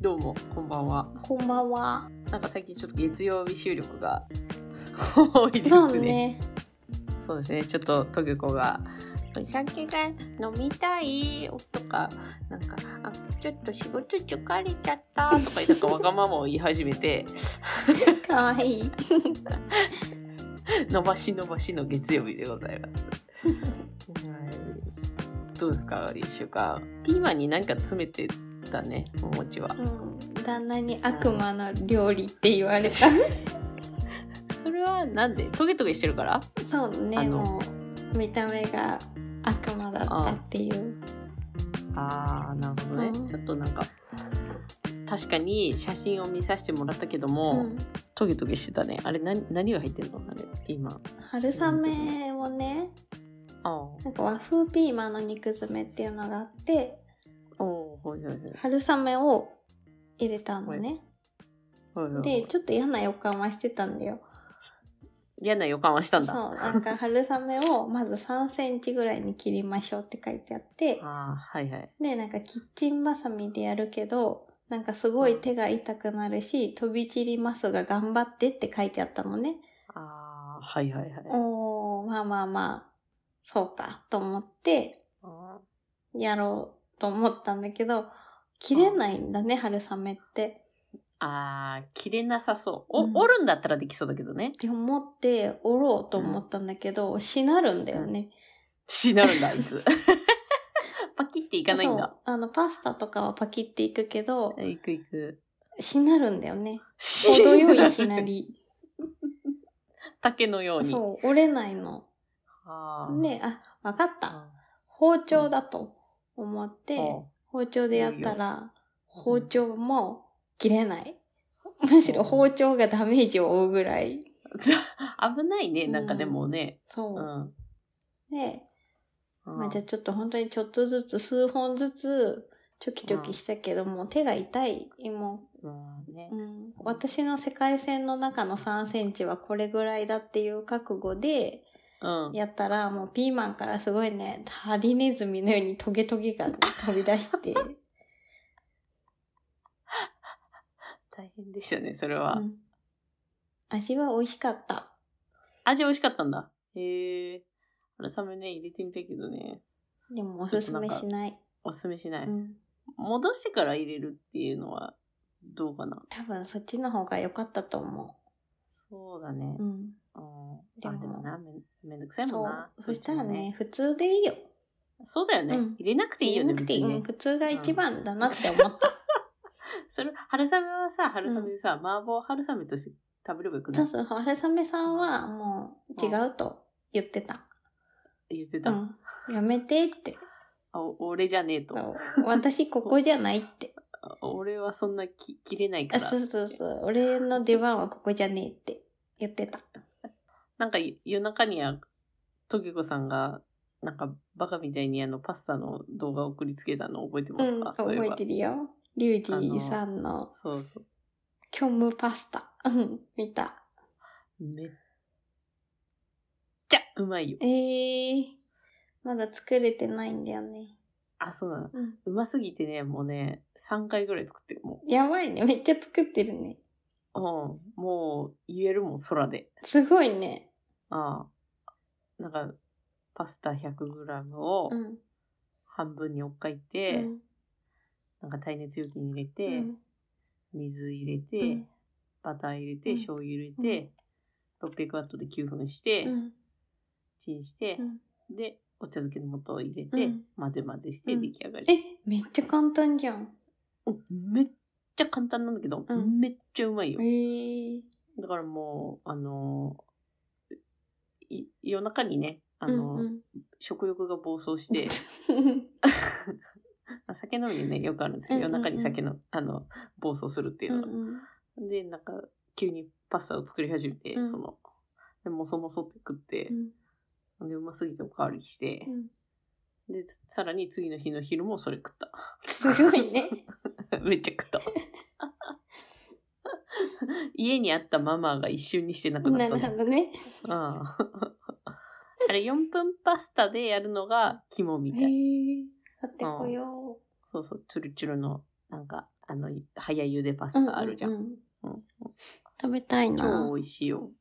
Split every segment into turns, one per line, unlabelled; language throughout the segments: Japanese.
どうも、こんばんは。
こんばんは。
なんか最近ちょっと月曜日収録が 多いです
そう
ね。
ね。
そうですね。ちょっと、トゲコが、お酒が飲みたいとか、なんか、あ、ちょっと仕事疲れちゃったとか、なんかわがままを言い始めて、
かわいい。
伸ばし伸ばしの月曜日でございます。はい。どうですか、一週間。ピーマンに何か詰めてたね、お餅は。
うん。旦那に悪魔の料理って言わ れた。
それはなんでトゲトゲしてるから
そう
あ
ね、
の
もう、見た目が悪魔だったっていう。
ああなるほどね、
うん
ちょっとなんか確かに写真を見させてもらったけど
う
も、
ん。
トゲトゲしてたねあれ何何が入ってるのあれピーマン
春雨をね、
あ
なんか和風ピーマンの肉詰めっていうのがあって、
あおーはいはいはい
春雨を入れたのね。
はいはい
で、ちょっと嫌な予感はしてたんだよ。
嫌な予感はした、
そうん
だあ
なんか春雨をまず3センチぐらいに切りましょうって書いてあっ て、
あーはいはい
で、なんかキッチンバサミでやるけど、なんかすごい手が痛くなるし、飛び散りますが頑張ってって書いてあったのね。
ああはいはいはい
おー、まあまあまあ、そうか、と思って、
あ
やろうと思ったんだけど、切れないんだね、春雨って。
あー切れなさそうお、
うん
折るんだったらできそうだけどね
って思って、折ろうと思ったんだけど、しなるんだよね。
しなるんだあい つパキっていかないん
そ
だ
う。あの、パスタとかはパキっていくけど、
いくいく
しなるんだよ ね。
程
程よいしなり。
竹のように
そう、折れないの。
あー
で、あ、わかった。
あ
包丁だと思って、
うん
包丁でやった
いい
ら、包丁も切れない。 むしろ包丁がダメージを負うぐらい。
危ないね、なんかでもね。
そうう。
ん。
で、
うん
まあ、じゃあちょっと本当にちょっとずつ、数本ずつ、チョキチョキしたけども、手が痛い。も
うんね
う、うん、私の世界線の中の3センチはこれぐらいだっていう覚悟で、
うん。
やったら、もうピーマンからすごいね、ハリネズミのようにトゲトゲが飛び出して、
大変でしたね、それは。
うん味は美味しかった。
味美味しかったんだ。へえ。春雨ね、入れてみたいけどね。
でもおすすめしない。
おすすめしない。
うん。
戻してから入れるっていうのは、どうかな。
多分そっちの方が良かったと思
そうだね
う。う。
う
ん。
ん。あ
でも
でもなめん、めんどくさいも
そ
んな。
う。そした
ど
ら
っちも。
ね、普通でいいよ。
そうだよね
うん。
入れなくていいよね。
なくていい。
別に
う
ね
ん普通が一番だなって思った。
それ、春雨はさ、春雨でさ、麻婆春雨として食べればよくな
そう
い
そう、春雨さんはもう違うと言ってた。
言って
う
た。
ん。やめてって。
あお俺じゃねえと。
私ここじゃないって。
俺は そんなき切れないか
あ
ら
そ。うそうそう。俺の出番はここじゃねえって言ってた。
なんかゆ夜中には、トゲコさんが、なんかバカみたいにあのパスタの動画を送りつけたの覚えてま
う
す
ん。
か、そうい
覚え
ば
てるよ。リュウジーさんの
そうそう。
虚無パスタ。うん、見た。
めっちゃうまいよ。
えー、まだ作れてないんだよね。
あ、そうなの。
うん。
うますぎてね、もうね、3回ぐらい作ってる。も
やばいね。めっちゃ作ってるね。
う、うん、もう言えるもん、空で。
すごいね。
ああ。なんか、パスタ 100g を
うん。
半分に折っかいうて、
ん
なんか耐熱容器に入れ
う
て、
ん
水入れて、
うん
バター入れて、
うん
醤油入れて、600ワットで9分して、
うん
チンして
う、ん
で、お茶漬けの素を入れて、
うん
混ぜ混ぜして
うん
出来上がり。
え、めっちゃ簡単じゃん。
うんめっちゃ簡単なんだけど、
うん
めっちゃうまいよ
え。ー、
だからもう、あのーい夜中にね、あ
う
の
ん
ー
うん。
食欲が暴走 して、酒飲みでね、よくあるんですけど、
う
夜
んうんうん
中に酒の、あの、暴走するっていう
う
の
ん
が
うん
で、なんか、急にパスタを作り始めて、
うん
その、で、もそもそって食って
う、ん
で、うますぎておかわりして
う、ん
で、つさらに次の日の昼もそれ食った。
すごいね。
めっちゃ食った。 家にあったママが一瞬にしてなくな
な
った
る
の。
ほど ね。
うん あれ、4分パスタでやるのが肝み
え
たい。
ー、買ってこよ
そうそう、ツルツルの、なんか、あの、早ゆでパスタあるじゃん。
うう
うん
食べたいな
超。美味しいよ。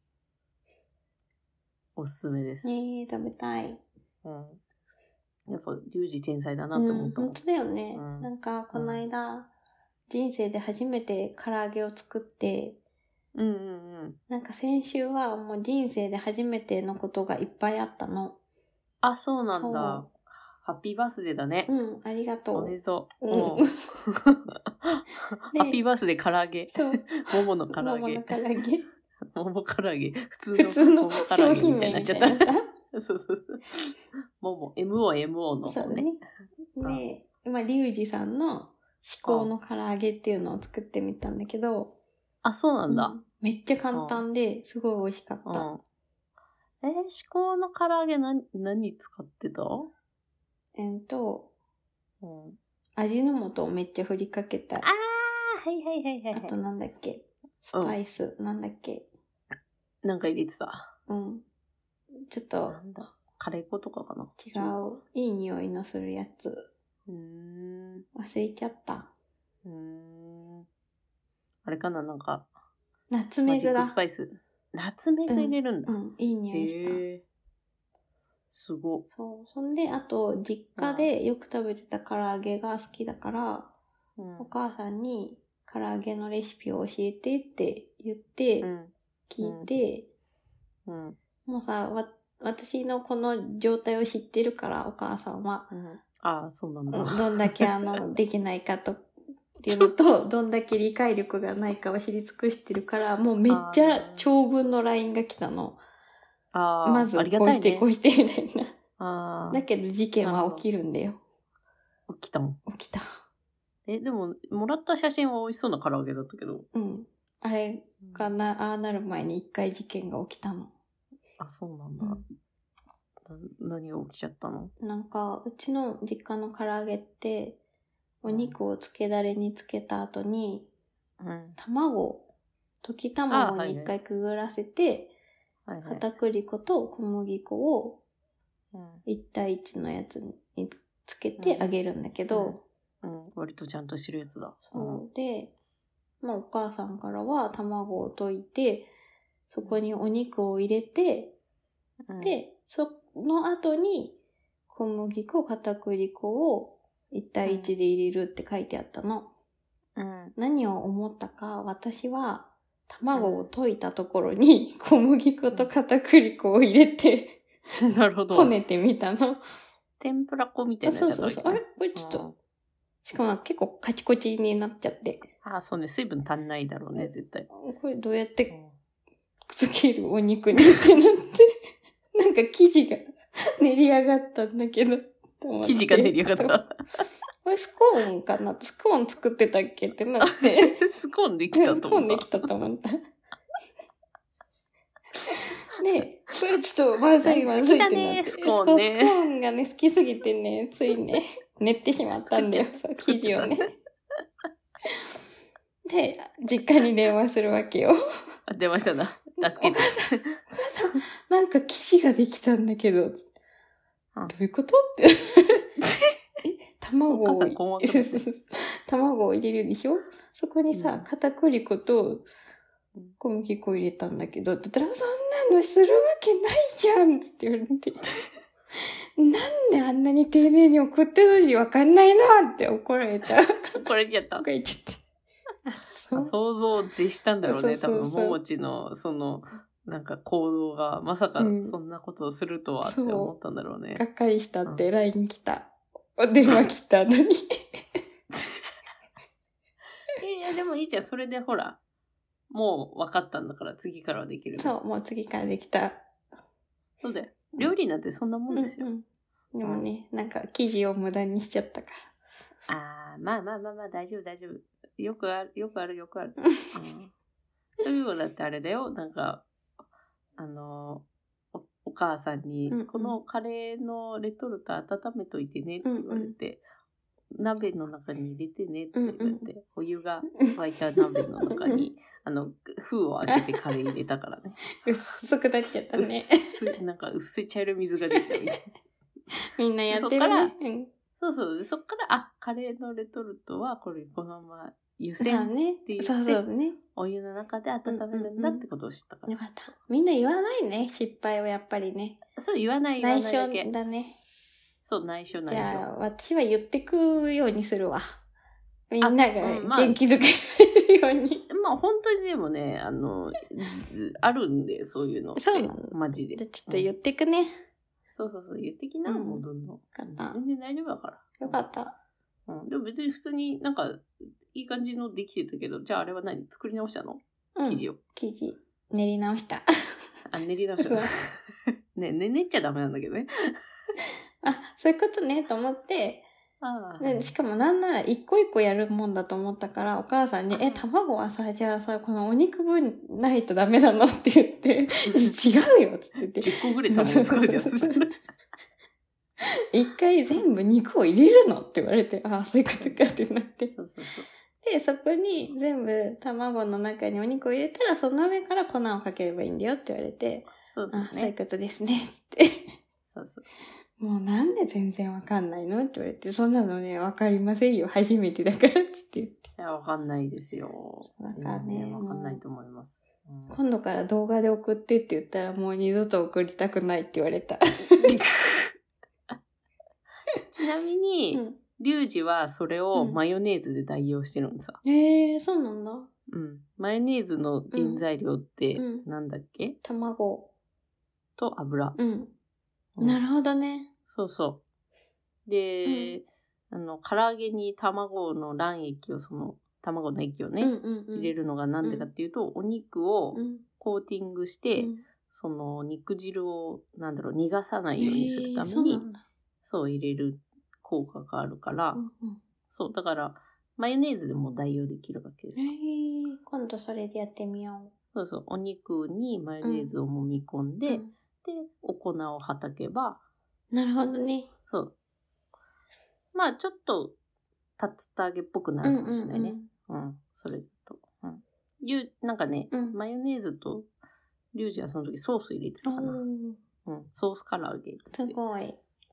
おすすめです。
ねえ、食べたい。
うん。やっぱ、リュウジ天才だな
う
って思
ん、
ったもん
本。当だよね。
うん
なんか、この間、人生で初めて唐揚げを作って、
うんうんうん。
なんか先週はもう人生で初めてのことがいっぱいあったの。
あ、そうなんだ
そ。
ハッピーバースデーだね。
うん、ありがと
お
う。
めでとう。
うん
うんハッピーバースデー唐揚げ。
そう、
ももの 唐揚
桃
げ
の。唐揚げ。
もも唐揚げ。 普通
普通
の
の
桃唐揚げみ
商
た
品
いに
名
なっ
み
ち
た
ゃ
い
っ
に
た
なっ。た。
そうそうそう。もも、MOMO の
そ
方
うだ
ね。
ね。で、まあ、リュウジさんの至高の唐揚げっていうのを作ってみたんだけど、
あ、そうなんだ。
うんめっちゃ簡単で、すごい美味しかっ
う
た。
ん。えー、至高の唐揚げ何、何使ってた
えっと、
うん。
味の素をめっちゃ振りかけた
あ。ー、はいはいはいはい、
あと
は
なんだっけスパイス、なんだっけ
い。なんか入れてた。
うん。ちょっと
なんだカレー粉とかかな
違う、いい匂いのするやつ。
う。うーん。う
忘れちゃった。
ーん。あれかななんか、
ナツ
マ
メ
ジ
グ
ックス
だ
パ。イス。ナツメグ入れるんだ
う。ん、いい匂いした。
へーすご。
そう。そんで、あと、実家でよく食べてた唐揚げが好きだから、
うん
お母さんに唐揚げのレシピを教えてって言って
う、ん。
聞いて、
うん。
もうさ、わ、私のこの状態を知ってるから、お母さんは。
うん。ああ、そうなんだ。
うんどんだけ あの、できないかと、っていうのと、どんだけ理解力がないかを知り尽くしてるから、もうめっち
あ
ゃ
ー
長文の LINE が来たの。
ああ、
まず、
ありが
こ
た
う
い
して、
ね
こ。うして、みたい
あ
な。
あ、
だけど事件は起きるんだよ。
起きたもん。
起きた。
え、でも、もらった写真は美味しそうな唐揚げだったけど。
うん。あれがな、ああなる前に一回事件が起きたの。
あ、そうなんだ。な何が起きちゃったの
なんか、うちの実家の唐揚げって、お肉をつけだれにつけた後に、
うん。
卵、溶き
あ
卵
はい
に
はい
一回くぐらせて、
はいはい。
片栗粉と小麦粉を
うん
1対1のやつにつけて
うん
あげるんだけど、
うん。割とちゃんとしてるやつだ。
そうで、まあお母さんからは卵を溶いて、そこにお肉を入れて、
うん。
で、その後に小麦粉、片栗粉を1対1で入れるって書いてあったの。
うん。
何を思ったか、私は卵を溶いたところに小麦粉と片栗粉を入れて、
うん。なるほど。
こねてみたの。
天ぷら粉みたい
あ
な
そうそうそう。あれ
ち
これち
ょ
ょ
っ
っ
と
と、しかも結構カチコチになっちゃって。
うん。あ、そうね。水分足んないだろうね、絶対。
これどうやってくっつけるお肉にってなって、 なんか生地が練り上がったんだけ ど。
生地が練り上がっ
そう
た。
これスコーンかなスコーン作ってたっけってな って、
すこんできた
突
と
っ込ん
思
で
っ
きたと思った。 ねこれちょっとまずいまずいってなっ
好きだね
て。
スコーンね
そうスコーンがね、好きすぎてね、ついね、 寝てしまったんだよ、そう生地をね。で、実家に電話するわけよ。
た。出ましたな。助けて。
なんか生地ができたんだけど、つって
うん
どういうこと って。え、卵
お
を
母さん困惑だ
そう
ね
そうそう卵を入れるでしょそこにさ、
うん
片栗粉と
うん
小麦粉を入れたんだけど、って言ったら、そんなのするわけないじゃんって言われて。なんであんなに丁寧に送ってるのにわかんないなって怒 られた。
怒られちゃった
怒。られちゃった。あ、そう。
想像を絶したんだろうね
そうそうそう
多分ももちのそのなんか行動がまさか
うん
そんなことをするとはって
そう
思ったんだろうね、
がっかりしたって LINE 来た。お電話来たのに。
いやいやでもいいじゃんそれでほらもう分かったんだから次からはできる
そう、もう次からできた。
そうだよ料理なんてそんなもんですよ、
うんうん、でもね、なんか生地を無駄にしちゃったか
あーまあまあまあまあ大丈夫大丈夫よくあるよくあるよくある、うん、そういうのだってあれだよなんかあのおお母さんに、
うんうん
このカレーのレトルト温めといてね」って言われて、鍋の中に入れてね」って言われて、
うん
お湯が
ら。
沸いた鍋の中 にあの封を開けてカレー入れたからね
薄くなっちゃったね。
薄いなんか薄い茶色い水ができたみたいな。
みんなやって
そっ
る
から
ね。うん
そうそう。でそっから、あ、カレーのレトルトは、これ、このまま湯
そう
煎
ね
て言。って
そうそうね。
お湯の中で温めるんだってことを知ったから、
よかった。みんな言わないね、失敗をやっぱりね。
そう言わない言わ
内
ないだ
緒
け
だね。
そう内緒内
じゃあ
緒、
私は言ってくようにするわ。みんな
う
が
んまあ
元気づけられるように。
まあ本当にでもねあのずあるんでそういうのって
そうなの
マジで
じゃあちょっと言ってくね。
そうそうそう言ってきな、
うん
もうどんどん
かった
全然大丈夫だから
よかった。
うん、でも別に普通になんかいい感じのできてたけどじゃああれは何作り直したの
う
生
ん。
地を、
生地、練り直した。
あ練り直したの ねねねっちゃダメなんだけどね
あ、そういうことね、と思って、
ああ
でしかもなんなら一個一個やるもんだと思ったから、お母さんに
う、ん
え、卵はさ、じゃあさ、このお肉分ないとダメなのって言って、 違うよっつって て、
10個ぐらい卵作るじゃん
そ う
そ
そうそう
したら
一回全部肉を入れるのって言われて、ああ、そういうことかってなって。
そうそうそう
で、そこに全部卵の中にお肉を入れたら、その上から粉をかければいいんだよって言われて、
そう
ああ、
だ
そういう
ね
ことですね、って。
そうそう
もうなんで全然わかんないのって言われて、そんなのね、わかりませんよ。初めてだからって言
い
って。
やわかんないですよ
だからね
全然わかんないと思います、うん
今度から動画で送ってって言ったら、もう二度と送りたくないって言われた。
ちなみに、
う
リュウジはそれを
うん
マヨネーズで代用してるのさ、
ん。えー、そうなんだ。
うん、マヨネーズの原材料って
うん
なんだっけ、
卵。
と油、
うん。なるほどね。
そうそう。で、あの、唐揚げに卵の卵液を、その、卵の液をね、
うんうんうん。
入れるのがなんでかっていうと、お肉を
うん。
コーティングし
う
て、
ん。
その肉汁を、なんだろう、逃がさな
え
いようにするた
ー、
め
そう
に、
なんだ。
そう入れる効果があるから、
うんうん。
そう、だから、マヨネーズでも代用できるわけです
え。ー、今度それでやってみよ
そうそう、お肉にマヨネーズを揉み込ん
う。
で、
う
で
ん、
お粉をはたけば、
なるほどね。
そう。まあ、ちょっと、竜田揚げっぽくな
うん
る
う
かもしれ
ん
な
う
いね。
ん。
うん、それと。うん。ゆなんかね、
うん
マヨネーズと、リュウジはその時ソース入れて
お
たかな。
ー、
うん、ソース唐揚げっつって
すごい。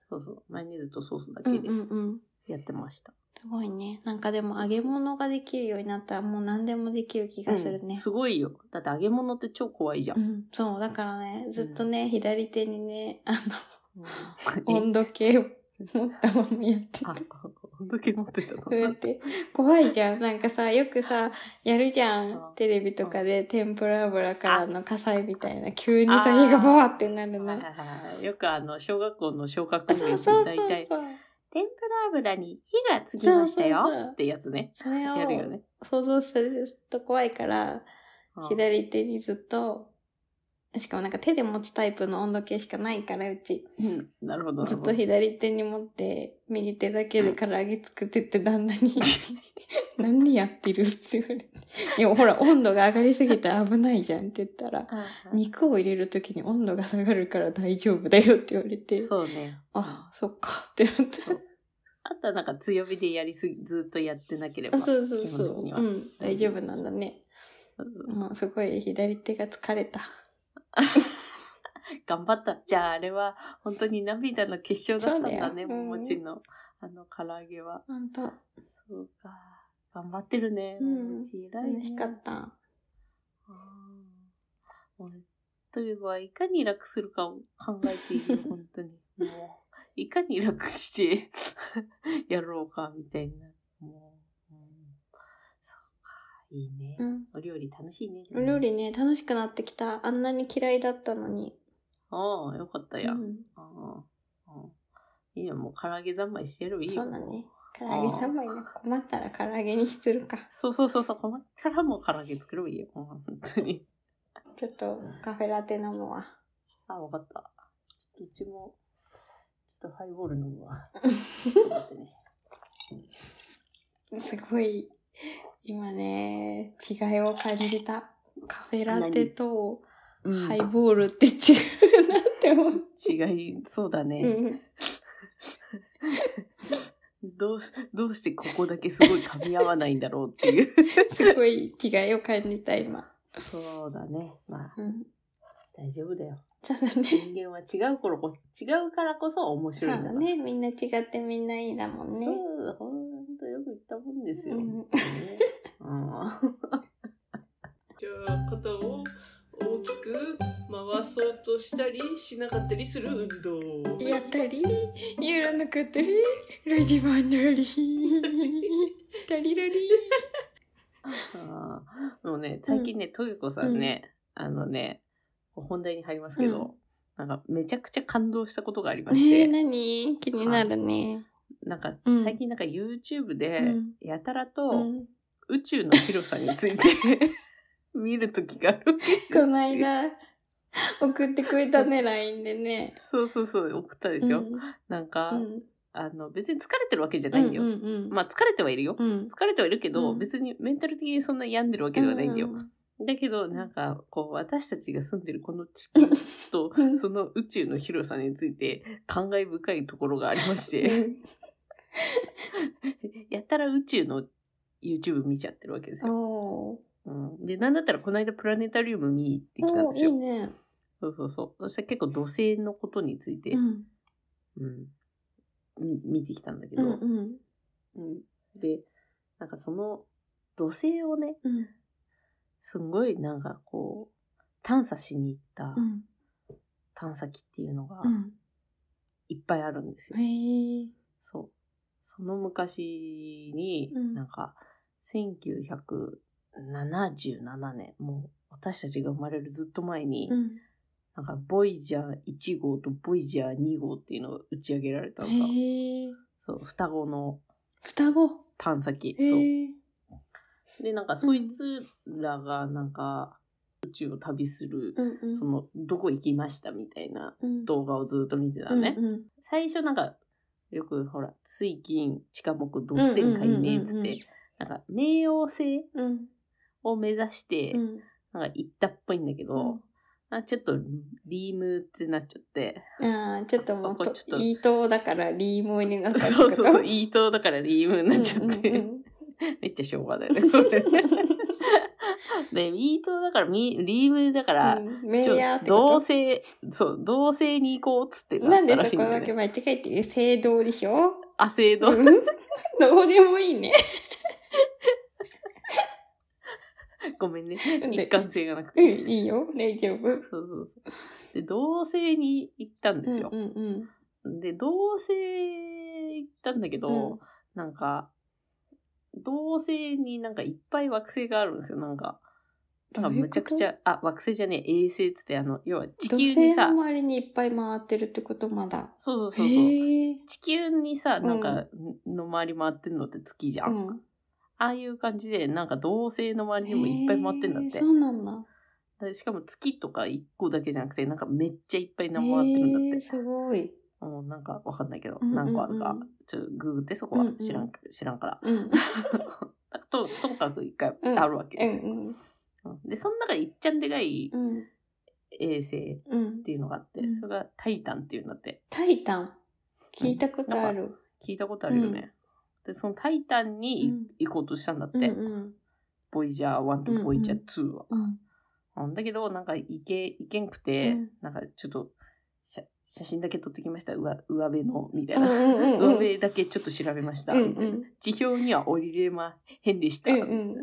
そうそう、マヨネーズとソースだ
う
け
ん
で
うんうん。
やってました。
すごいね。なんかでも揚げ物ができるようになったらもう何でもできる気がする
うん
ね。
すごいよ。だって揚げ物って超怖いじゃん。
うん、そう。だからね、ずっとね、左手にね、あ
う
の、
ん、え
温度計を持ったままやってた
あ。、温度計持ってたの
こうやって、怖いじゃん。なんかさ、よくさ、やるじゃん。テレビとかで、天ぷら油からの火災みたいな、急にさ、
あー
火がバーってなる
は
の
い。はいはいよくあの、小学校の小学校
そ
で
うそうそうそ
大体、
う。
天ぷら油に火がつきましたよ
そうそうそう
ってやつね。
それ
やるよ
を
ね。
想像すると怖いから、
うん
左手にずっと、しかもなんか手で持つタイプの温度計しかないから、うち。
うんなるほど。な
ず
る
っ
ほ
と
ど
左手に持って、右手だけで唐揚げ作ってって旦那に、 何やってるって言われて。いや、ほら、温度が上がりすぎて危ないじゃんって言ったら、
あ
肉を入れるときに温度が下がるから大丈夫だよって言われて、
そうね。
ああ、そっかってなっ
そうあとはなんか強火でやりすぎ、ずっとやってなけれ
た。
ば。
あ そうそうそ
基本的に
う。
は
うん、大丈夫なんだね。
そうそう
もうすごい左手が疲れた。
頑張った。じゃああれは本当に涙の結晶だったんだね、
そうだようん
ももちの、あの、唐揚げは。
ほんと、
そうか。頑張ってるね。
うん
ももち偉いね。
楽しかった。
うん。もうというか、いかに楽するかを考えてい るよ、本当に。もう、いかに楽して やろうか、みたいな。もう、うん、そうか、いいね。
うん。
お料理楽しいね。
お料理ね、楽しくなってきた。あんなに嫌いだったのに。
ああ、よかったや。
う
うん、
ん
ああいいよ、もう唐揚げ三昧してやればいいよ。
そうだね。唐揚げ三昧な困ったら唐揚げにするか。
そうそうそうそう、困ったらもう唐揚げ作ればいいよ、もう本当に。
ちょっとカフェラテ飲むわ。
あ、わかった。ちょっとうちも、ちょっとハイボール飲む わ。
すごい、今ね、違いを感じた。カフェラテとハイボールって違うなって思う。
違い、そうだね。
うん、
どう、どうしてここだけすごい噛み合わないんだろうっていう。
すごい違いを感じた今。
そうだね。まあ、
うん、
大丈夫だよ。
そうだね。
人間は違う頃こ、違うからこそ面
そう
白いんだ
だ
から。
ね。みんな違ってみんないいだもん
そ
ね。
う、ほんとよく言ったもんですよ。
うん
ねうん
そうとしたりしなかったりする運動
やったり、やらなかったり、ラジマンなり、たりらり。
あーもうね、最近ね、トイコさんね、あのね、本題に入りますけど、なんかめちゃくちゃ感動したことがありまして、
えー、何気になるね。
なんか
うん
最近なんか YouTube で
うん、
やたら
う
と
ん。
宇宙の広さについて見るときがある。
この間、送ってくれたね、LINE でね。
そうそうそう、送ったでしょ。
うん
なんか、
うん
あの、別に疲れてるわけじゃないんだよ。
うんうん
まあ疲れてはいるよ。
うん
疲れてはいるけど、
うん
別にメンタル的にそんな病んでるわけではないんだよ。だけど、なんか、こう、私たちが住んでるこの地球と
う、ん
その宇宙の広さについて、感慨深いところがありまし
う
て、
ん
やったら宇宙の YouTube 見ちゃってるわけですよ。
お
うん、で、なんだったらこの間プラネタリウム見に行って
ー
きたん
お
です
ーいい
よ。
ね。
そうそうそう。そしたら結構土星のことについて、
うん
うん、み見てきたんだけ
う
ど、
んうん
うん、で、なんかその土星をね、
うん
すんごいなんかこう、探査しに行った
うん
探査機っていうのが
うん
いっぱいあるんですよ。
へえ
そう。その昔に、
うん
なんか、1977年、もう私たちが生まれるずっと前に、
うん
なんか、ボイジャー1号とボイジャー2号っていうのが打ち上げられたのが、
へえ
そう、双子の
双子
探査機。
へ
そ
え
うで、なんか、そいつらが、なんか、宇宙を旅する、
うんうん
その、どこ行きましたみたいな
うん
動画をずっと見てたのね。
うんうん
最初なんか、よくほら、水金、地下木、同点海明っ
うんうんうんう
つっ
んうん
て、なんか、冥王星
うん
を目指して、
うん
なんか行ったっぽいんだけど、なんかちょっとリームってなっちゃって、
ああちょっともう
こことちょっと
いい党だからリーモイになったって
そ
こ
う
と
そうそう、いい党だからリームになっちゃって、
うんうん
めっちゃ昭和だよね、 これ。で、ミートだから、ミリームだから、
うんメ
ちょ
イヤーって
同
こ
性、そう、同性に行こうっつって
と
なっ
なん
た
で
らし
そ
いん
こ
だ
だ
よ
け
ね。
間違えて正道でしょ
アセード
う。ん どうでもいいね。
ごめんね。
んで
一貫性がなく
うん、
て。
いいよ。大丈夫。
そうそうそう。で、同性に行ったんですよ。
うんうん
で、同性行ったんだけど、
うん
なんか、同性になんかいっぱい惑星があるんですよ、なんか。なんかむちゃくち
ゃ。
ゃ、あ、惑星じゃねえ、衛星っつって、あの、要は地
土
球
星
に
の
さ、
周りにいっぱい回ってるってことまだ。
そうそうそうそう。
へえ。
地球にさ、
ん
なんか、の周り回ってんのって月じゃ。
うんん。
ああいう感じで、なんか同星の周りにもいっぱい回ってんだっ
へえ
て
そ。うなんだ。
でしかも月とか1個だけじゃなくて、なんかめっちゃいっぱい回ってるんだって
へえ。すごい。
もうなんかわかんないけど、
うんうんう
何
ん
個あるか、ちょっとググってそこは
うんうん
知らん,、知らんから。
うん。
と、とにかく一回
うん
あるわけ
う
よ、
ん
うんで、その中でいっちゃんでかい
うん。うん。
衛星っ
うん。
ていうのがあって、
うん
それがタイタンっていうんだって、
タイタン。聞いたことある。
聞いたことあるよね。で、そのタイタンに
うん
行こうとしたんだって、
うんうん。
ボイジャー1とボイジャー2は。
うん。
うんだけど、なんか行け、行けんくて、
うん
なんかちょっと写写真だけ撮ってきました、上上辺の、みたい
うん
な。
うんうん
上
うん。
辺だけちょっと調べました。
うん
みたいな
うん。
地表には降りれまへんでした。
うんうん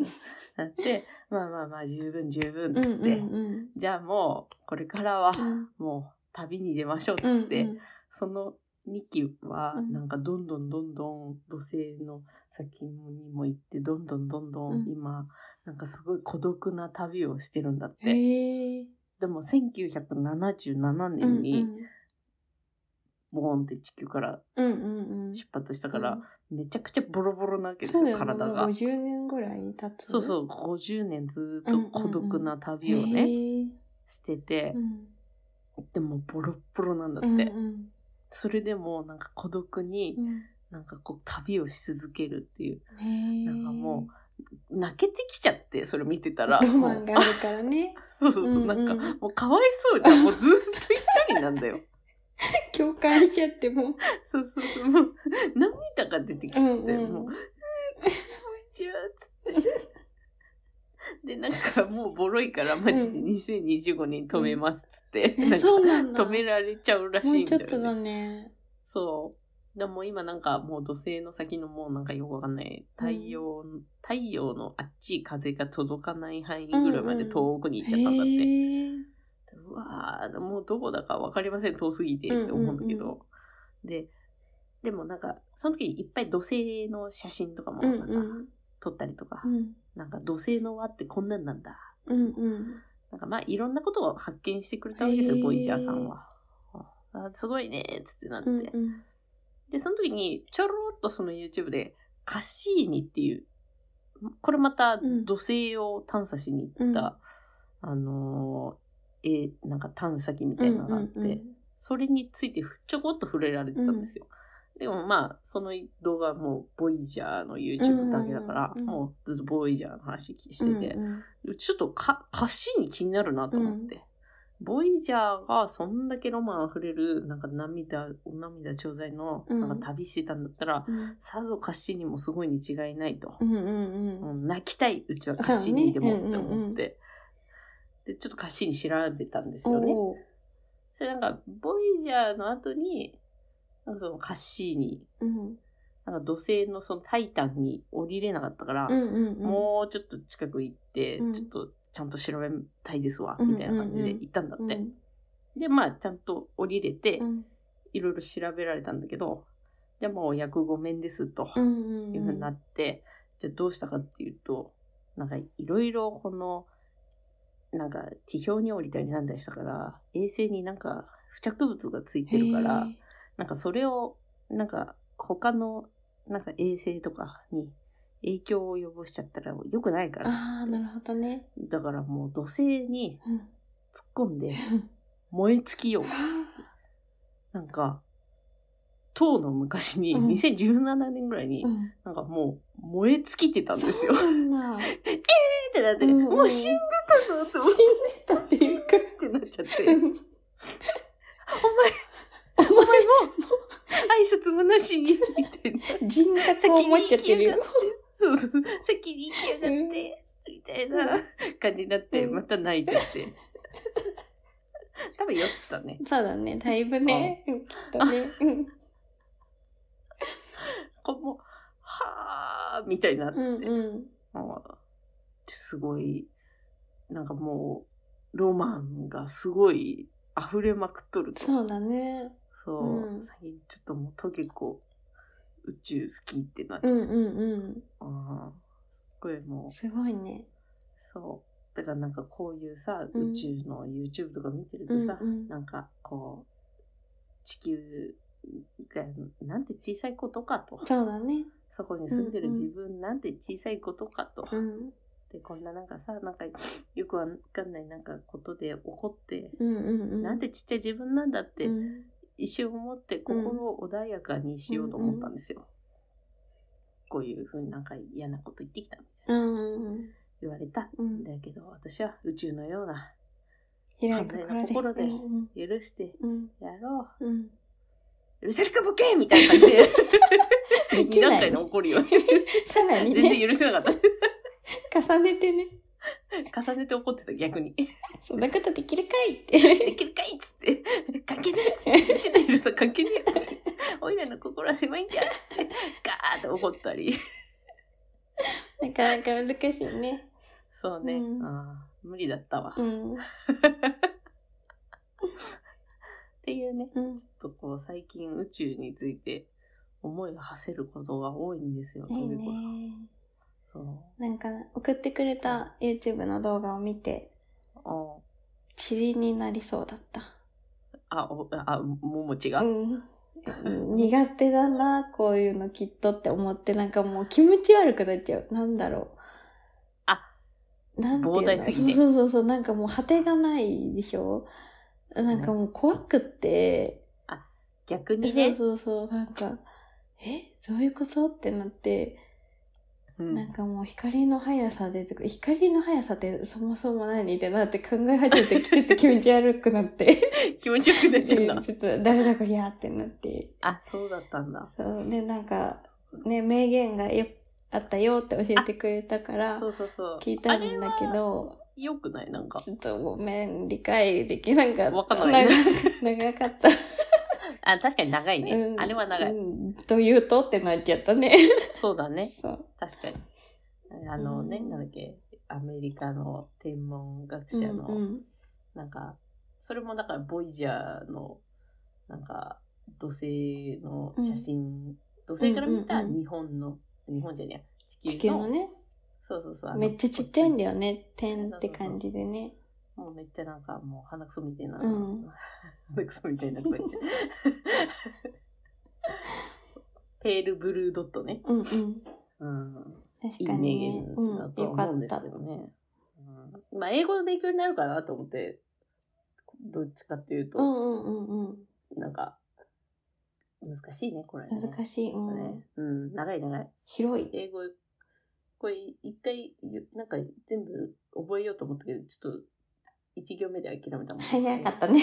なって、まあまあまあ、十分十分っ
う
つって、
んうん
じゃあもう、これからは
う、ん。
もう、旅に出ましょうっ
うん
つって、その2機は
う、ん
なんかどんどんどんどん土星の先にも行って、どんどんどんど
うん
ん今、なんかすごい孤独な旅をしてるんだっ
うん。
て。
へえ。
でも、1977
うん
年に、ボーンって地球から
うんうんうん。
出発したから、めちゃくちゃボロボロなわけです
そうだ
よ、
よね。
体
もう
が。
50年ぐらい経つ。。
そうそうう、50年ずっと孤独な旅をね、
へー
してて
う、ん
でもボロッボロなんだって、
うんうん
それでもなんか孤独に
うん
なんかこう旅をし続けるっていう
へー
なんかも泣けてきちゃってそれ見てたら
ロ
も
マン
う
があるか らね。
そうそうそう、なんか
うんうん
もうかわいそう にもうずっと一人なんだよ
共感しちゃっても。
そうそうそうもう涙が出てきちゃって、
うんうん
もう「じゃあ」っつってでなんかもうボロいからマジで2025年止めますっつって、
え
なんか
そうなんだ。
止められちゃうらし
も
い
うんち
だ
ょ
よ
っ
ね
とだね。
そう。でも今なんかもう土星の先のもうなんかよくわかんない太陽、太陽のあっち風が届かない範囲ぐらいまで遠くに行っちゃったんだって。
へー
うわーもうどこだか分かりません、遠すぎてって思うんだけど。
うんう
で、でもなんか、その時にいっぱい土星の写真とかも
う
なんんか
うん
撮ったりとか、
うん
なんか土星の輪ってこんなんなんだ。
うんうん
なんかまあいろんなことを発見してくれたわけですよ、
へー
ボイジャーさんは。あすごいねーっつってなって。
うんうん
で、その時にちょろっとその YouTube でカッシーニっていう、これまた
ん
土星を探査しに行った、あのー、えーなんか探査機みたいなのがあって、
うんうん
それについてふちょこっと触れられてたんですよ。でもまあ、その動画はもう、ボイジャーの YouTube だけだから、
うんうんうん
もうずっとボイジャーの話してて、
うん
ちょっとか歌詞に気になるなと思って。ボイジャーがそんだけロマンあふれる、なんか涙、お涙頂戴の、
うん
なんか旅してたんだったら、
うん
さぞ歌詞にもすごいに違いないと。
うんうんうん
もう泣きたい、うちは歌詞にでも
そう
っ
ね
て
うんうんう
思
ん
って。で、ちょっと歌詞に調べたんですよね。
おー
それなんか、ボイジャーの後に、なんかその歌詞に、
うん
なんか土星のそのタイタンに降りれなかったから、
うんうんうん
もうちょっと近く行って、
うん
ちょっとちゃんと調べたいですわ、
うん
みたいな感じで行ったんだって。
うん
で、まあ、ちゃんと降りれて
う、ん
いろいろ調べられたんだけど、じゃあもう約5面です、と
うんうんうん
いうふうになって、じゃあどうしたかっていうと、なんかいろいろこの、なんか地表に降りたりなんだりしたから、衛星になんか付着物がついてるから、なんかそれを、なんか他の、なんか衛星とかに影響を及ぼしちゃったら良くないから。
ああなるほどね
だからもう土星に
うん
突っ込んで燃え尽きよう。なんか、唐の昔に
うん
2017年ぐらいに
うん
なんかもう燃え尽きてたんです よ。っ
そうなんだ
てなって、
うんうん
もう死んでたぞって思っ
だっていうか
てなっちゃって、お前、
うん
お前もう挨拶もなし に、みたいな。
人格を持っちゃってるよ。
そうそう。先に行きやがって、みたいな感じになって、
うん
また泣いちゃって。多分酔ってたね。
そうだね、だいぶね。うんきっとね。うん
こうもう、はーみたいになって。
うんうん。
ああすごい、なんかもう、ロマンがすごい溢れまくっとると。
そうだね。
そう
うん
最近ちょっともうと結構宇宙好きってなっちゃ
う
っ
んうんうん。
た。うんこれもう、
すごいね。
そう。だからなんかこういうさ、
うん
宇宙の YouTube とか見てると
うん
さ、
うん。
なんかこう、地球がなんて小さいことかと。
そうだね。
そこに住んでる
うんうん
自分なんて小さいことかと。
うん。
でこんななんかさなんかよくわかんないなんかことで怒って、
うんうんうん。
なんてちっちゃい自分なんだって
うん
一瞬思って心を穏やかにしようと思ったんですよ。こういうふうになんか嫌なこと言ってきたみたいな
うんうん
言われた
うんん。
だけど私は宇宙のような
開く心で。
心で
うん
許して
うん。
やろ
うん。
う許せるかボケみたいな感じで
でき
2段
な
階
い
で
ね。
怒る よね
さらに
全
ね、
然許せなかっ
重ねてね。
た重ねて怒ってた逆に
そんなことできるかい
で
って。
きるかいっつって、関係ねえっつって、うちのいると関係ねえっつって、おいらの心は狭いんじゃっつって、ガーって怒ったり。
なかなか難しいね。
そうね、
うん
あー無理だったわ。
う
っ
ん。
ていうね、
うん。
ちょっとこう最近宇宙について思いを馳せることが多いんですよ、
いい
とみこさん
ね。
そ
なんか、送ってくれた YouTube の動画を見て、
う。
チリになりそうだった。
あ、あおあ、ももちが。
うん。苦手だな、こういうのきっとって思って、なんかもう気持ち悪くなっちゃう。なんだろう。
あ、
なんていうの
膨大すぎて
そうそうそうそう、なんかもう果てがないでしょなんかもう怖くって、
逆に
そう
ね、
そうそう、なんか、えどういうことってなって、
うん
なんかもう光の速さでとか、光の速さってそもそも何ってなって考え始めて、ちょっと気持ち悪くなって、
気持ちよくなっ
ち
ちゃ
ょ
っ。
ったと誰だこりゃってなって。
あ、そうだったんだ。
そう、で、なんか、ね、名言がよあったよって教えてくれたから
そ、うそうそう。
聞いたんだけど、
よくないなんか
ち。ょっとごめん、理解できなかった。
わかんないね
長か長かった。
あ、確かに長いね。
うん
あれは長い。
うんというとってなっちゃったね。
そうだね。
そう。
確かに。あのね、
うん
なんだっけ、アメリカの天文学者
うんう
の、
ん
なんか、それもだからボイジャーのなんか土星の写真、土星から見た
うんうんうん
日本の、日本じゃねえ地球
地球
の
のね、
そうそうそうあの
めっちゃちっちゃいんだよね。点って感じでね。
もうめっちゃなんかもう鼻くそみたいな、
うん
鼻くそみたい な声でペールブルードットね、
うんうん。
うん、
確
いい
か
名
にね
言。
う
だ
ん。
とは
よか
思うん
っ
です
た
け。どね、うんまあ英語の勉強になるかなと思ってどっちかっていうと、
うんうんうんうん。
なんか、難しいね、これ、ね。
難
し
しい。
い
うん。
うん、長い長い。
広い。
英語、これ一回、なんか全部覚えようと思ったけど、ちょっと、一行目で諦めたもん。
早か ったね。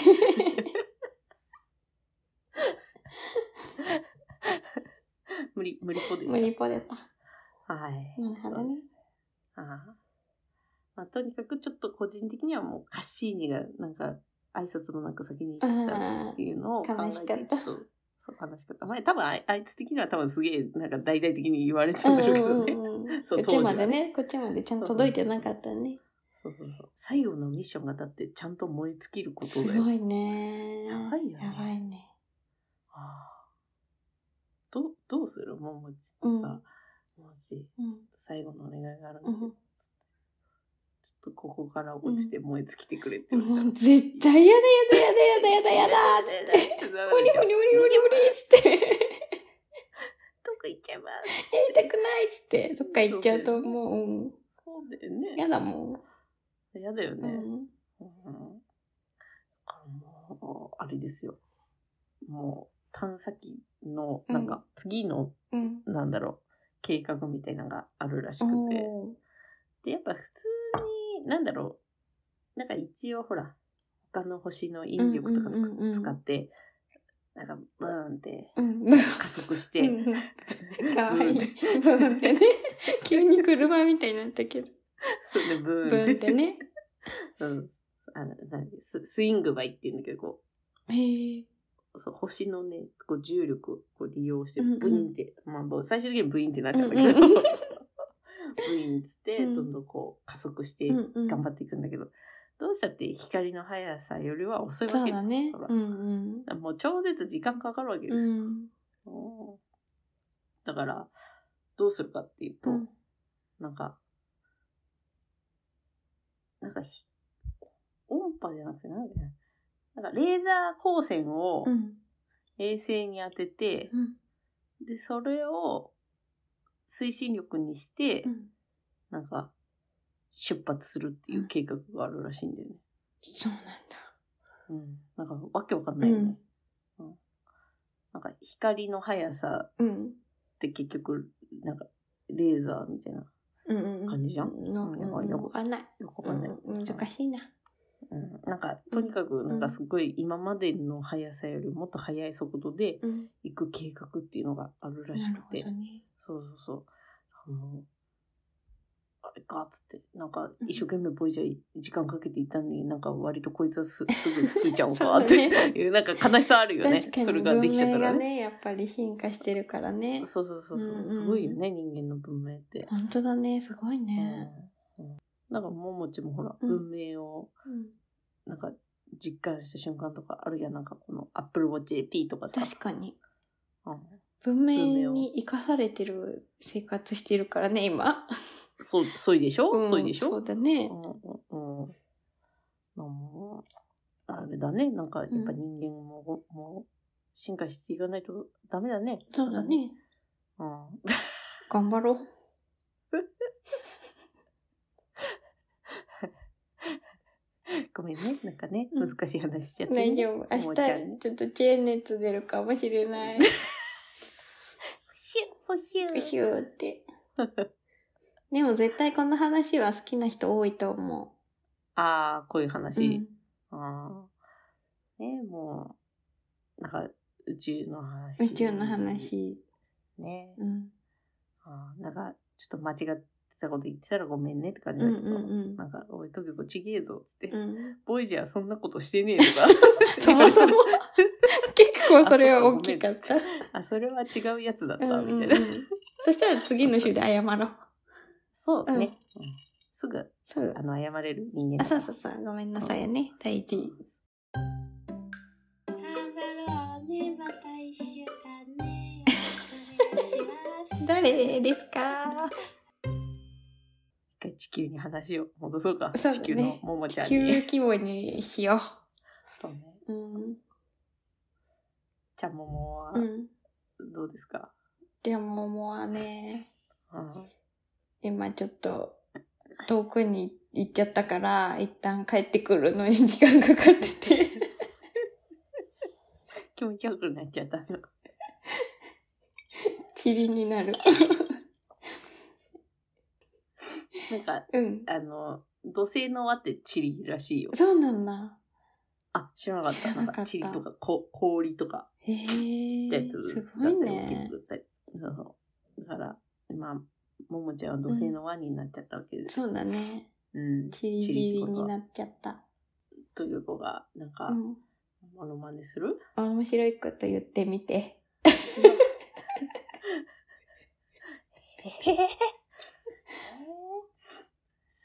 無理、無理っぽでした。
無理ぽでた。
はい。
なるほどね。
ああまあ、とにかくちょっと個人的にはもうカッシーニがなんか挨拶もなく先に行ってたっていうのを考えて
あー悲しかった
ちょっとそう悲しかった。まあ多分あいあいつ的には多分すげえなんか大々的に言われて
う
たん
ん
だろうけどね。
うんうん。
そう
こっちまでね、こっちまでちゃんと届いてなかったね。
そうそうそう。最後のミッションがだってちゃんと燃え尽きるこ
す
とだよ。
ごいね。
やばいよね
やばいね。
ああどうどうするももちさ、
うん
もちちょ
うん
っと最後のお願いがあるんだ
う
けど、
ん
ちょっとここから落ちて燃え尽きてくれって 言われたら、
もう絶対やだやだやだやだやだやだつって。無理無理無理無理無理 つって。
どこ行っちゃいます
やりたくないつって。どっか行っちゃうと思う。うん
そうだよね。
やだもん。
嫌だよ
う
ね。
ん。
うんだからもう、あれですよ。もう、探査機の、なんか、次の、
うん。
なんだろう、計画みたいなのがあるらしくて。
おー
で、やっぱ普通に、なんだろう、なんか一応ほら、他の星の引力とかつく
うんうんうんうん
使って、なんか、ブーンって
うん。
加速し
う
て、
んかわいい。
ブ
ブーンってね。 急に車みたいになったけど。
それでブ
ブ
ーン
ーン
っ
ってて、ね。
うん。あの、なんでススイングバイっていうんだけど、こ
へえ。
う、そう星のね、こう重力をこう利用して、
うんうん
ブインって、まあもう最終的に ブインってなっちゃうんだけど、
うんうん
ブインっつって、
うん
どんどんこう加速して
うんうん
頑張っていくんだけど、どうしたって光の速さよりは遅いわ
そ
け
うだね
ほら。
うん
もう超絶時間かかるわけです
う
よ、
ん。
だからどうするかっていうと、
うん。
なんかなんかひ音波じゃなくてなんだっけななんかレーザー光線を
うん。
衛星に当てて、
うん。
でそれを推進力にして、
うん。
なんか出発するっていう計画があるらしいんだよね。
そうなんだ。
うん、なんかわけわかんないよね。うんなんか光の速さ
うん。
って結局、なんか、レーザーみたいな。
うんうんうん。
感じじゃん
の
うんやばい
うん
よ
わかんない。
よくわかんない。
うん難しいな。
うんなんか、とにかく、なんかすごい今までの速さよりもっと速い速度で
うん。
行く計画っていうのがあるらし
なる
く
ほ
て
ど。ね。
そうそうそう。あの、あれかっつって、なんか一生懸命ボイジャー時間かけていたのに、なんか割とこいつは すすぐついちゃおうかっ
そうだ
ていう、なんか悲しさあるよね。
確かに
それが
文
できちゃった
明
ら
が
ね。
ね、やっぱり進化してるからね。
そうそうそうそう。
うんうん
すごいよね、人間の文明って。
本当だね、すごいね。
うんうんなんか、ももちもほら、
う
文
ん
明を、
うん
なんか実感した瞬間とかあるやんなんかこの Apple Watch P とかさ
確かに。
うん
文
明
明
を
に生かされてる生活してるから ね、今。
そうそういでしょ、
うん
そういでしょ
そうだね
う。んうんうんなんあれだねなんかやっぱ人間も,、もう進化していかないとダメだね
そうだね。
うん
頑張ろう。
ごめんねなんかね
う
難
ん
しい話しちゃってね、
大丈夫。
も
明
うちゃん
日、ちょっと知恵熱出るかもし れな い。
シュッシュッ
シュー って。でも絶対この話は好きな人多いと思
ああこういう
う。
話、
うん
ああ。ねもう、なんか、宇宙の話。
宇宙の。話。
ね
うん。
ああなんか、ちょっと間違ってたこと言ってたらごめんねって感じ
う
だ
ん
けど。
うんうん。
なんか、おい、とけこちげえぞ、つって。
うん、。
ボイジャーそんなことしてねえとか
そもそも 結構それは大きかった。
あ、それは違うやつだった、
うんうん
み
う
たいな。
んそしたら次の週で謝ろう。
そうね、うんすぐ、
そう
あ。の、謝れる人間
あ、
だから
そうそうそう。ごめんなさいね。大事。
ろうね、また一週間ね。お願いします。
誰ですか
一回地球に話を戻そうか。
そうだね
地球のももちゃん
地
に。
球規模にしよ
そうね。
う。うん。
ちゃんももは
うん。
どうですか、
でも、桃はね、
うん、
今ちょっと遠くに行っちゃったから、一旦帰ってくるのに時間かかって て。
気持ち悪くなっちゃったの。
塵にな る。
なんか、
うん。
あの、土星の輪ってチリらしいよ。
そうなんだ。
あ、知らなかっ
知ら
た。な
なかった
んかチリとかこ氷とか、
へえ。
ちっちゃいやつ
すごいね
だ。ったり大きいのだったりそうだから、まあ、ももちゃんは土星の輪になっちゃったわけです。
そうだね。
うん。
チリチリになっちゃった。
という子が、なんか
う、ん。
モノマネす る
あ面白いこと言ってみて。
へへへ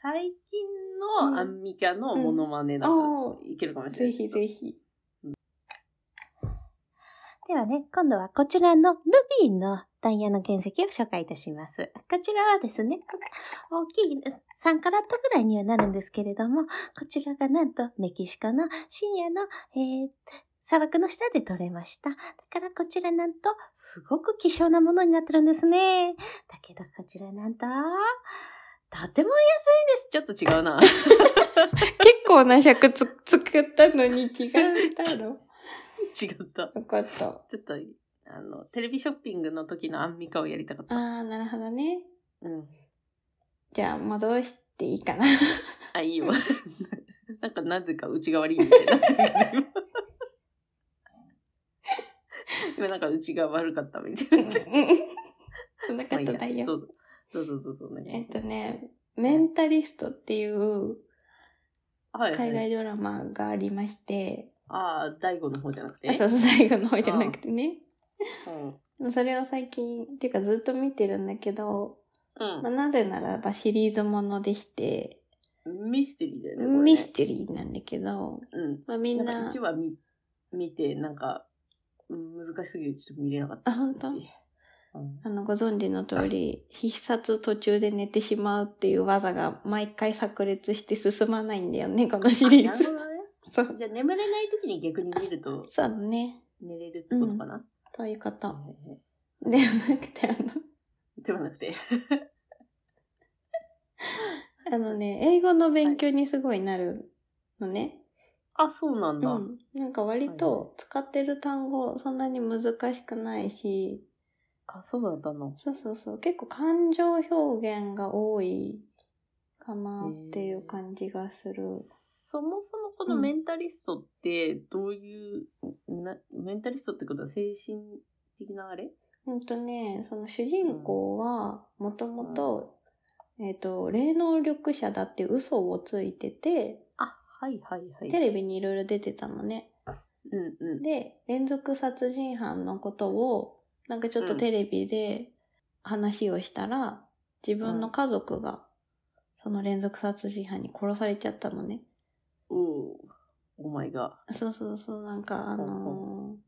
最近のアンミカのモノマネだ
うん
といけるかもしれ
ぜ
ない。
ひぜひ。
ではね、今度はこちらのルビーのダイヤの原石を紹介いたします。こちらはですね、大きい3カラットぐらいにはなるんですけれども、こちらがなんとメキシコの深夜の、えー砂漠の下で採れました。だからこちらなんとすごく希少なものになってるんですね。だけどこちらなんと、とても安いんです。
ちょっと違う な。
結構な尺つ作ったのに違ったの。
違った。
よかった。
ちょっと、あの、テレビショッピングの時のアンミカをやりたかっ
あ
た。
ー、なるほどね。
うん。
じゃあ戻していいかな。
あ、いいわ。 なんか、なぜか内側リンみたいになってるけど今。今なんか、内が悪かったみた
うん
いな。
うんそんなこと
まあ
ない
いやど。
よ
うぞ、どうぞ、どうぞ、お願いします
えっとね、メンタリストっていう
はいはい
海外ドラマがありまして、
ああ、大悟の方じゃなくて。
あそうそう、最後の方じゃなくてね。
うん。
それを最近、っていうかずっと見てるんだけど、
うん
まあ、なぜならばシリーズものでして、
ミステリーだよね。これね
ミステリーなんだけど、
うん。
まあみん
なんか
な
一、話見見て、なんか、うん難しすぎてちょっと見れなかった。
あ本当
うちうん
あの、ご存知の通り、必殺途中で寝てしまうっていう技が毎回炸裂して進まないんだよね、このシリ
なるほ
ーズ。
どね。
そう。
じゃあ眠れない時に逆に見ると
そうだね。
寝れるってことかな、
そういうこと。
はいはいはい
ではなくて、あの、
ではなくて。
あのね、英語の勉強にすごいなるのね。
あ、そうなんだ。
うん。なんか割と使ってる単語、そんなに難しくないし、
あ、そうだったの。
そうそうそう、結構感情表現が多いかなっていう感じがする。
そもそもこのメンタリストって、どういう、な、メンタリストってことは精神的なあれ
ほんとね、その主人公は、もともと、えっ、と、霊能力者だって嘘をついてて、
あ、はいはいはい。
テレビにいろいろ出てたのね。
うんうん。
で、連続殺人犯のことを、なんかちょっとテレビで話をしたら、自分の家族が、その連続殺人犯に殺されちゃったのね。
おうお前が。
そうそうそう、なんかあ
ほう
のー、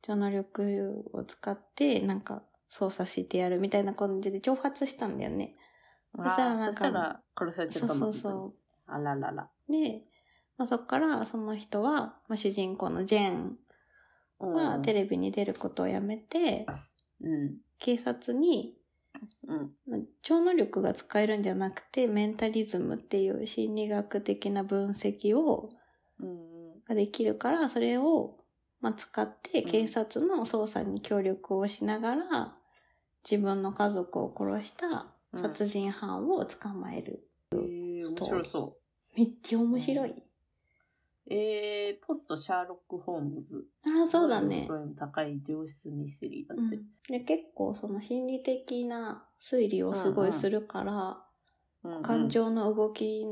超能力を使って、なんか操作してやるみたいな感じで挑発したんだよね。
そ
そしたらなんか
したら殺されちゃ
そ
っ
う
たの
そうそう。
あららら。
で、まあ、そっからその人は、まあ、主人公のジェーン
うん
はテレビに出ることをやめて、
うん。
警察に
うん。
超能力が使えるんじゃなくてメンタリズムっていう心理学的な分析を
うん。
ができるからそれを、まあ、使って
うん
警察の捜査に協力をしながら、自分の家族を殺した
うん
殺人犯を捕まえる、
えー、面
ストーリー
白そ
めっちゃ面白い、
う。えー、ポストシャーロック・ホームズ。
ああそうだね
こ、れも高い上質ミステリーだ
う
っ
ん
て。、
で結構その心理的な推理をすごいするから、
うんうん
感。情の動き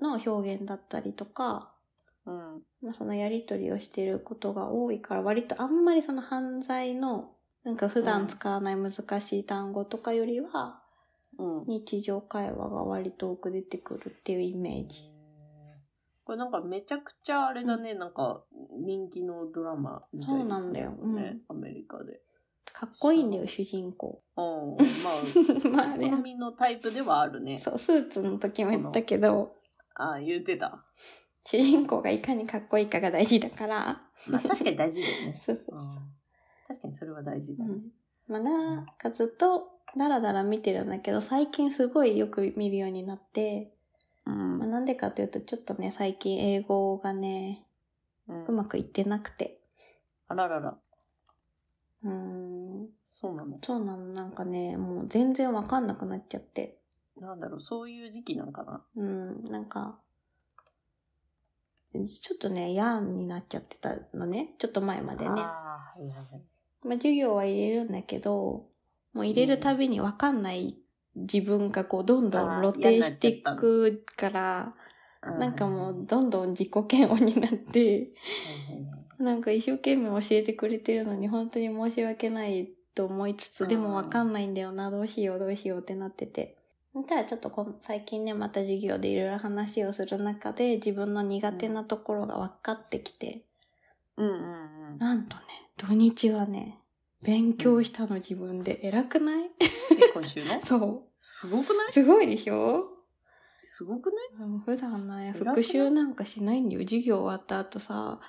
の表現だったりとか
うん。
まあ、そのやりとりをしてることが多いから、割とあんまりその犯罪の、なんか普段使わない難しい単語とかよりは、
うん。
日常会話が割と多く出てくるっていうイメージ。
えこれなんかめちゃくちゃあれだね、なんか人気のドラマみたいですね
そうなんだようん
ね、アメリカで。
かっこいいんだよ、主人公。
うん、ま
まあ
あ、
ね
好。みのタイプではあるね。
そう、スーツの時も言ったけど、
ああ、言うてた。
主人公がいかにかっこいいかが大事だから、
まあ確かに大事だ よね。
そうそううんそう。
確かにそれは大事だ
う
ね。
んまあ、なんかずっと、だらだら見てるんだけど、最近すごいよく見るようになって、
うん
まあ、なんでかというと、ちょっとね、最近英語がね、
うん
うまくいってなくて。
あららら、
うーん。
そうなの。
そうなの、なんかね、もう全然わかんなくなっちゃって。
なんだろう、そういう時期なんかな。
うん、なんか、ちょっとね、やんになっちゃってたのね。ちょっと前までね。
ああ、はいはいはい。
まあ、授業は入れるんだけど、もう入れるたびにわかんない自分がこう、どんどん露呈していくから、
う
なんかもう、どんどん自己嫌悪になって、
はいはいはい
なんか一生懸命教えてくれてるのに本当に申し訳ないと思いつ
う
つ、
ん
でもわかんないんだよな、どうしようどうしようってなってて。ただちょっとこう最近ね、また授業でいろいろ話をする中で自分の苦手なところが分かってきて、
うん うんうん。
なんとね、土日はね、勉強したの自分で偉くない
で、今週の
そ。
すごくないう
すごいでしょ
すごくない
うん普段ね、
偉くない
復習なんかしないんだよ。授業終わった後さ、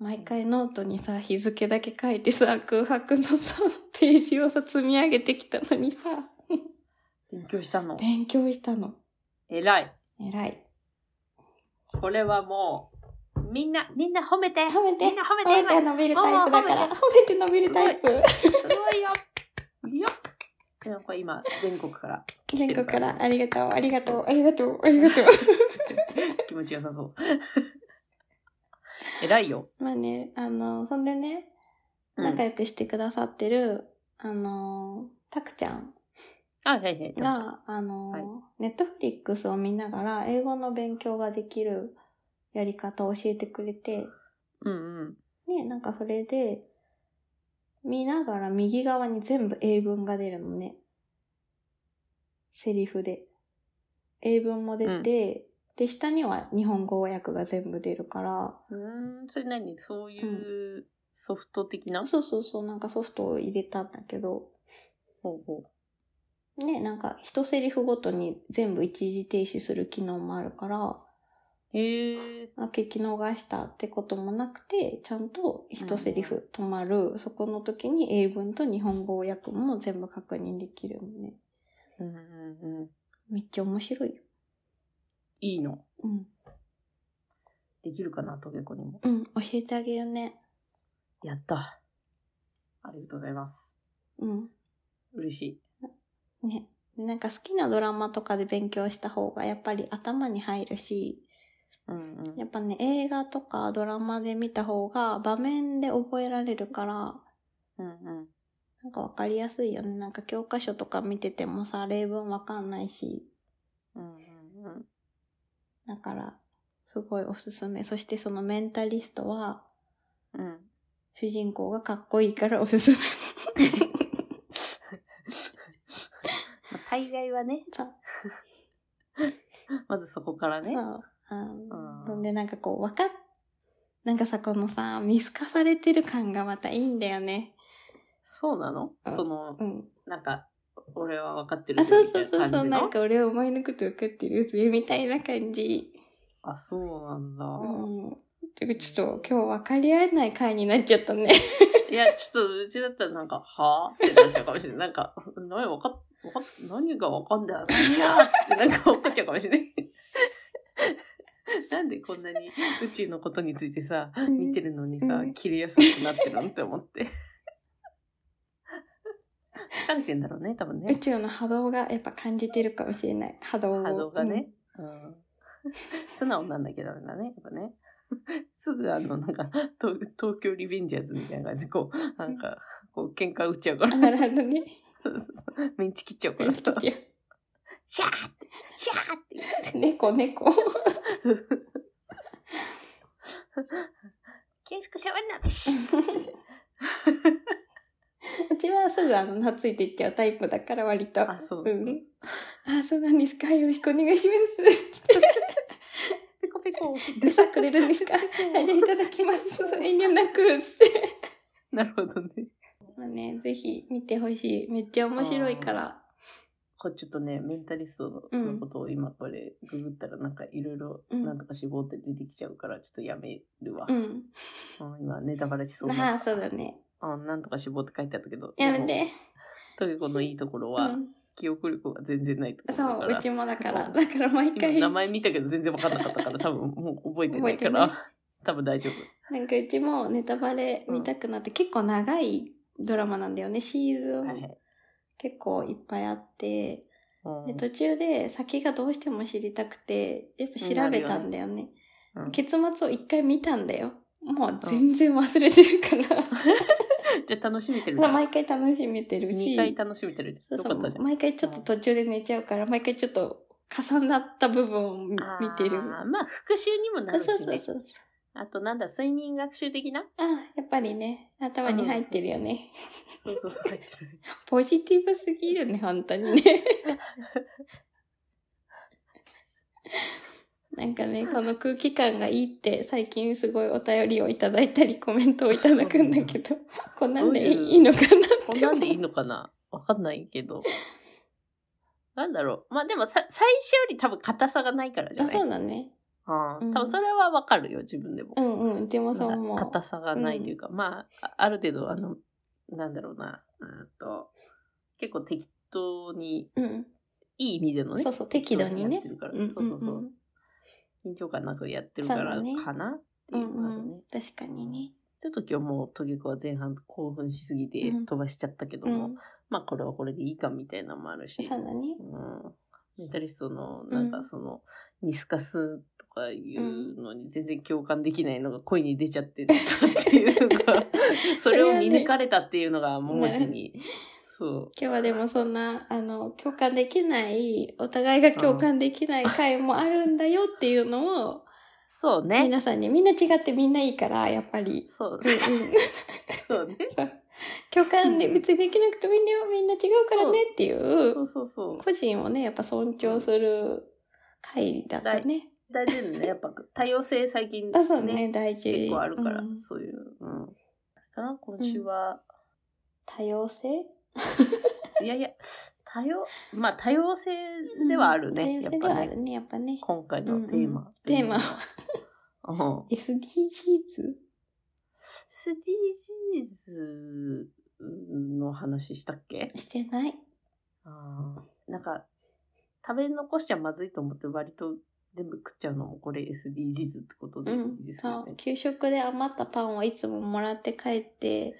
毎回ノートにさ、日付だけ書いてさ、空白のさ、ページをさ、積み上げてきたのにさ、
勉強したの。
勉強したの。
偉い。
偉い。
これはもう、みんな、みんな褒めて
褒めて
みんな褒め
褒
て
めて伸びるタイプだから。
おー褒
褒めて伸びるタイプ。
すごいよよっなんか今、全国から
全国からありがとう、ありがとう、ありがとう、ありがとう。
気持ちよさそう。 偉いよ。
まあね、あの、そんでね、
うん
仲良くしてくださってる、あの、たくちゃん
あ、はいはい。
が、あの、
はい
ネットフリックスを見ながら英語の勉強ができるやり方を教えてくれて、
うんうん。
ね、なんかそれで、見ながら右側に全部英文が出るのね。セリフで。英文も出て、
うん
で、下には日本語訳が全部出るから、
うーん、それ何そういううソフト的な、
そうそうそう、なんかソフトを入れたんだけど、
ほうほ
ね、なんか一セリフごとに全部一時停止する機能もあるから、
う。へえ。
あ聞き逃したってこともなくて、ちゃんと一セリフ止まる、そこの時に英文と日本語訳も全部確認できるのね。
うんうんうん。
めっちゃ面白いよ。
いいの。
うん。
できるかな、トゲコにも。
うん、教えてあげるね。
やった。ありがとうございます。
うん。
嬉しい。
ね。でなんか好きなドラマとかで勉強した方がやっぱり頭に入るし、
うんうん。
やっぱね、映画とかドラマで見た方が場面で覚えられるから、
うんうん。
なんかわかりやすいよね。なんか教科書とか見ててもさ、例文わかんないし、
うんうんうん。
だから、すごいおすすめ。そしてそのメンタリストは、
うん。
主人公がかっこいいからおすすめ。
まあ大概は ね。
そう
まずそこからね。
そう。あ
うん
のなんでなんかこう、わかっ、なんかさ、このさ、見透かされてる感がまたいいんだよね。
そうなの
うん
その、
うん。
なんか、俺は分かってる
あ、
ぜ
そう
み
そ
たいうな
そう
感じ
そう、なん
の
か俺はお前のことわかってるぜ、みたいな感じ。
あ、そうなんだ。
うん。てかちょっと今日分かり合えない回になっちゃったね。
いや、ちょっとうちだったらなんか、はぁってなっちゃうかもしれない。なんか、何わかっ、わかっ、何がわかんだよ。いやーっつってなんか怒っちゃうかもしれない。 なんでこんなに宇宙のことについてさ、見てるのにさ
う、ん
切れやすくなってるのって思 って。疲れてんだろうね、多分
宇
ね。
宙の波動がやっぱ感じてるかもしれない。波動を。
波動がね。うん。 素直なんだけどね、やっぱね。 すぐあの、なんか、東東京リベンジャーズみたいな感じで、こう、なんか、こう、喧嘩打っちゃうから
うん。あ、。なるほ どね。
メンチ切っちゃうか
好
らさ。
きよ
シャーって、シャーって。
猫、猫。
厳しくしゃべんなべし。
うちはすぐあの、懐いていっちゃうタイプだから割と。
あ、そう。
うん。あ、そうなんですか。よろしくお願いします。
ペコペコ。
餌くれるんですかはいじゃあいただきます。遠慮なくっつって。
なるほどね。
まあね、ぜひ見てほしい。めっちゃ面白いから。
これちょっとね、メンタリスト
う
の
ん
ことを今これググったらなんかいろいろ
うん
なんとか脂肪って出てきちゃうからちょっとやめるわ。
うん。
うん今ネタバレしそう
ああ、
な。
そうだね。
あなんとか脂肪って書いてあったけど。
やめ
で
て
も。。トゲ子のいいところ
う
は、
ん。
記憶力が全然ないところだ
そ
か
う、
ら。
うちもだから。だから毎
今
回。
名前見たけど全然分かんなかったから多分もう覚えてないか
覚えて
ら 多分大丈夫
なんかうちもネタバレ見たくなって、結構長いドラマなんだよね。シーズ
はいは
ン
い
結構いっぱいあって。
うん
で、途中で先がどうしても知りたくて、やっぱ調べたんだよね。
うん
結末を一回見たんだよ。もう全然忘れてるから。
じゃあ楽しめてるじゃん
毎回楽しめてるし。
2回楽しめてる
そう
よ
そ
かった
う
じゃん
毎回ちょっと途中で寝ちゃうから、毎回ちょっと重なった部分を見
あー
見てる。
まあ復習にもな
あ
るし
そうそう
ね
そう。
あとなんだ睡眠学習的な
あやっぱりね、頭に入ってるよね。
そうそうそう
ポジティブすぎるね、本 当にね。なんかね、この空気感がいいって、最近すごいお便りをいただいたり、コメントをいただくんだけど、こんなんでいい
どういう
いいのかなって
こん
思う。
なんでいいのかなわかんないけどなんだろうまあでもさ最初より多分硬さがないからじゃ
あ、
ない
そうだね。
あー
うん
多分それはわかるよ自分でも
うんうん、うちもそう思う。
硬さがないというか、まああある程度あのなんだろうなうんと結構適当に
うん。
いい意味でのね
そうそう、適度にね
やってるから。
うん
そうそう
う
そ
んうん
う緊張感なくやってるから
そうだね
かなって
う
い
ん
うのがね、
うん、確かにね。
ちょっと今日もうトゲ子は前半興奮しすぎて
うん
飛ばしちゃったけど
う
も、
ん、
まあこれはこれでいいかみたいなのもあるし
そうだね。
うんメタリストのなん
う
か
ん
その、ミスカスとかいうのに全然共感できないのが声に出ちゃってたっていう かそれを見抜かれたっていうのがもうちに、そ
今日はでもそんな、あの、共感できない、お互いが共感できない回もあるんだよっていうのを、
うそうね
皆さんに、みんな違ってみんないいから、やっぱり。
そう
うんうん。
そうね
そう共感で別にできなくてもいいんだよ、みんな違うからねってい、
そううそうそう
個人をね、やっぱ尊重する回だったね。
大事だねやっぱ多様性最近
あ、そうね、大事。
結構あるから、
うん
そういう、うん、かな今週は、
多様性
いやいや多様まあ多様性ではあるね、
うん
や
多
っ
様性で
ぱ
はあ
ね
るね、やっぱね。
今回のテーマ、
うんうんテーマ
うん、
SDGs?
SDGs の話したっけ
してない。
あーなんか食べ残しちゃまずいと思って割と全部食っちゃうのもこれ SDGs ってことで
う
い
ん
い、です
そ
よね
う。。給食で余ったパンをいつももらって帰 って、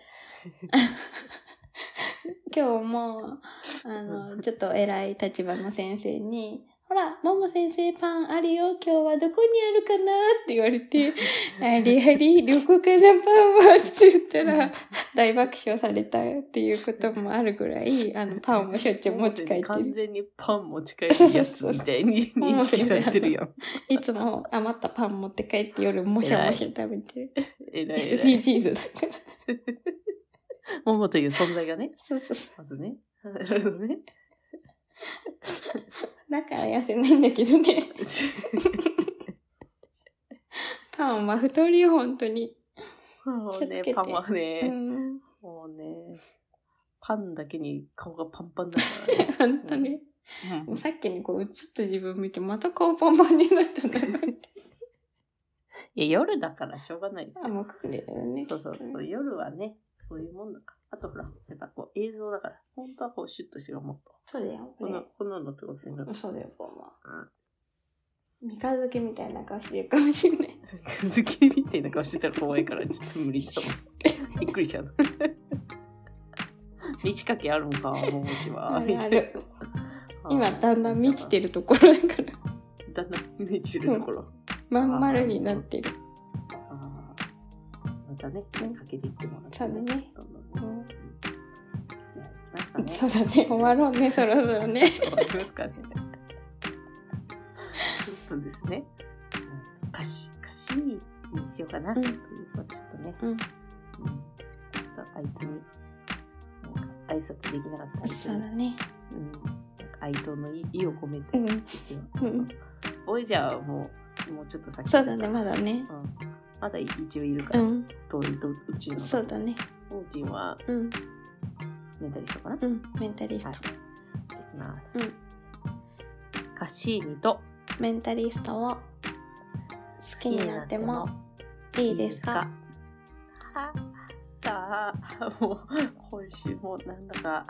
今日も、あの、ちょっと偉い立場の先生に、ほら、もも先生パンあるよ、今日はどこにあるかなって言われて、 ありあり、どこかなパンはって言ったら、大爆笑されたっていうこともあるぐらい、あの、パンをしょっちゅう持ち帰って
完
る。
全にパン持ち帰るやつみたいに
そうそう
認識されてるやん。
いつも余ったパン持って帰って夜もしゃもしゃ食べてる。
えらいえらい。
SDGs だから。
モモという存在がね、
そうそうそう。
まずね。 なるほど ね。
だから痩せないんだけど ね。パンは太りよ、本当に。
もうね
気をつけ、て
パンは
う
ね、
ん。
もうね、パンだけに顔がパンパンだからね。
本当に。
うん
もうさっきにこう映った自分見て、また顔パンパンになったな。
いや、夜だからしょうがないです
あ、
よ。
もう来るよね。
そうそう
きっ
そ
とね
う、夜はね、そういうもんだから。あとほら、やっぱこう映像だから、本当はこうシュッとしろ、もっと。
そうだよ、こ
この
れ。
こののってことになる。
そうだよ、こうも
うん。
三日月みたいな顔してるかもしれない。
好きみたいな顔してたら怖いから、ちょっと無理した もん。びっくりしちゃう。 道かけあるんか、もうちは。
あるある。
みた
今、
いな
だんだん満ちてるところだから。
だんだん満ちるところ。
まん丸になってる。
あーまたね、かけていってもらって、
そうだね
どんどん
う
ね。
ん
じゃあ行きますか
そ
ね。
うだね、終わろうね、そろそろね。
終わりますかね。 そうですね。うん歌詞、歌詞にしようかな。
うん
というか、ちょっとね。
うん
うんちょっとあいつに、なんか挨拶できなかったりす
そう
る
だ。ね。
うん。なんか哀悼の意意を込め
う
て、
ん。
一応
うん
ボイジャーはもう、もうちょっと先
そうだね、まだね
う。ん、まだ一応いるから、
うん。
遠いと宇宙の
そうだね。
王人は
うん。
メタリストかな、
うん。メンタリスト
はい。いきます、
うん
カッシーニと
メンタリストを好きになってもいいですか
はさあもう今週もなんだかあ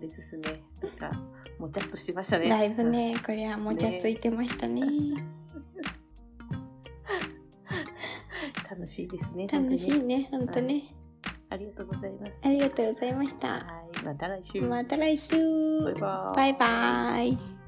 れですねなんかもちゃっとしてましたね
だいぶね、これはもちゃついてましたね。
楽しいですね
楽しい
本
ね、ほん
当
とね。
にありがとうございます
ありがとうございました。
はいまた来週
また来週
バイバーイ
バイバイ